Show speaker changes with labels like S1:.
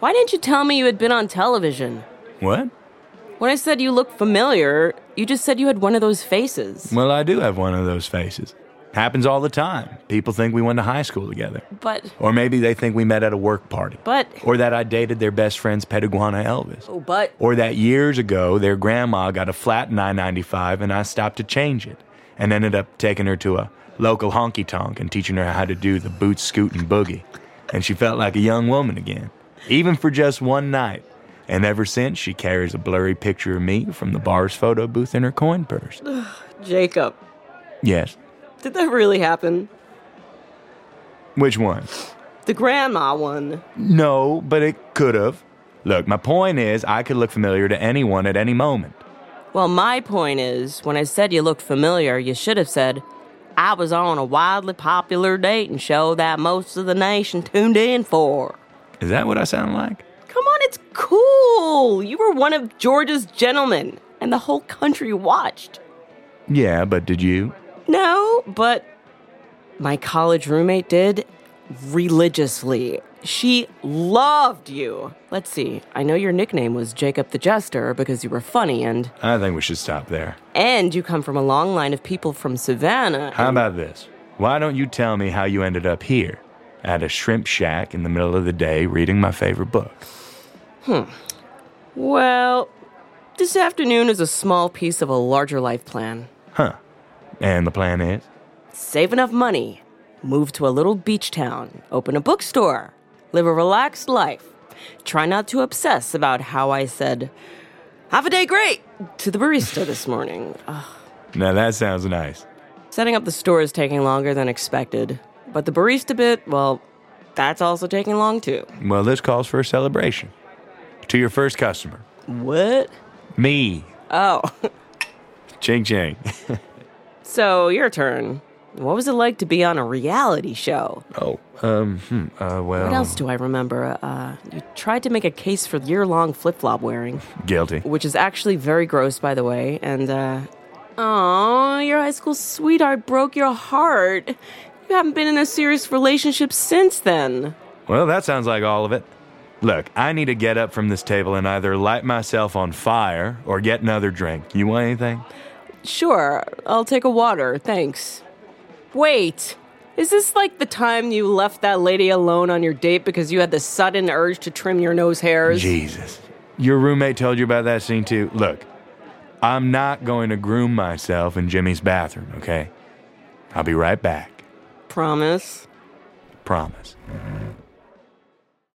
S1: Why didn't you tell me you had been on television?
S2: What?
S1: When I said you looked familiar, you just said you had one of those faces.
S2: Well, I do have one of those faces. Happens all the time. People think we went to high school together.
S1: But,
S2: Or maybe they think we met at a work party.
S1: but,
S2: Or that I dated their best friend's pet iguana Elvis.
S1: oh, but,
S2: Or that years ago their grandma got a flat in I 95 and I stopped to change it and ended up taking her to a local honky tonk and teaching her how to do the boot scoot and boogie. And she felt like a young woman again, even for just one night. And ever since, she carries a blurry picture of me from the bar's photo booth in her coin purse.
S1: Jacob,
S2: Yes.
S1: did that really happen?
S2: Which one?
S1: The grandma one.
S2: No, but it could have. Look, my point is, I could look familiar to anyone at any moment.
S1: Well, my point is, when I said you looked familiar, you should have said, I was on a wildly popular dating show that most of the nation tuned in for.
S2: Is that what I sound like?
S1: Come on, it's cool. You were one of Georgia's gentlemen, and the whole country watched.
S2: Yeah, but did you?
S1: No, but my college roommate did religiously. She loved you. Let's see. I know your nickname was Jacob the Jester because you were funny and
S2: I think we should stop there.
S1: and you come from a long line of people from Savannah.
S2: How about this? Why don't you tell me how you ended up here? At a shrimp shack in the middle of the day reading my favorite book.
S1: Well, this afternoon is a small piece of a larger life plan.
S2: Huh. And the plan is?
S1: Save enough money, move to a little beach town, open a bookstore, live a relaxed life. Try not to obsess about how I said, Have a day great! to the barista this morning. Ugh.
S2: Now that sounds nice.
S1: Setting up the store is taking longer than expected, but the barista bit, well, that's also taking long too.
S2: Well, this calls for a celebration. To your first customer,
S1: What?
S2: me.
S1: Oh,
S2: Ching ching.
S1: so your turn. What was it like to be on a reality show?
S2: Oh, um, hmm, uh, well.
S1: What else do I remember? Uh, you tried to make a case for year long flip flop wearing,
S2: Guilty.
S1: which is actually very gross, by the way. And, uh, oh, your high school sweetheart broke your heart. You haven't been in a serious relationship since then.
S2: Well, that sounds like all of it. Look, I need to get up from this table and either light myself on fire or get another drink. You want anything?
S1: Sure, I'll take a water, thanks. Wait, is this like the time you left that lady alone on your date because you had the sudden urge to trim your nose hairs?
S2: Jesus. Your roommate told you about that scene too. Look, I'm not going to groom myself in Jimmy's bathroom, okay? I'll be right back.
S1: Promise.
S2: Promise.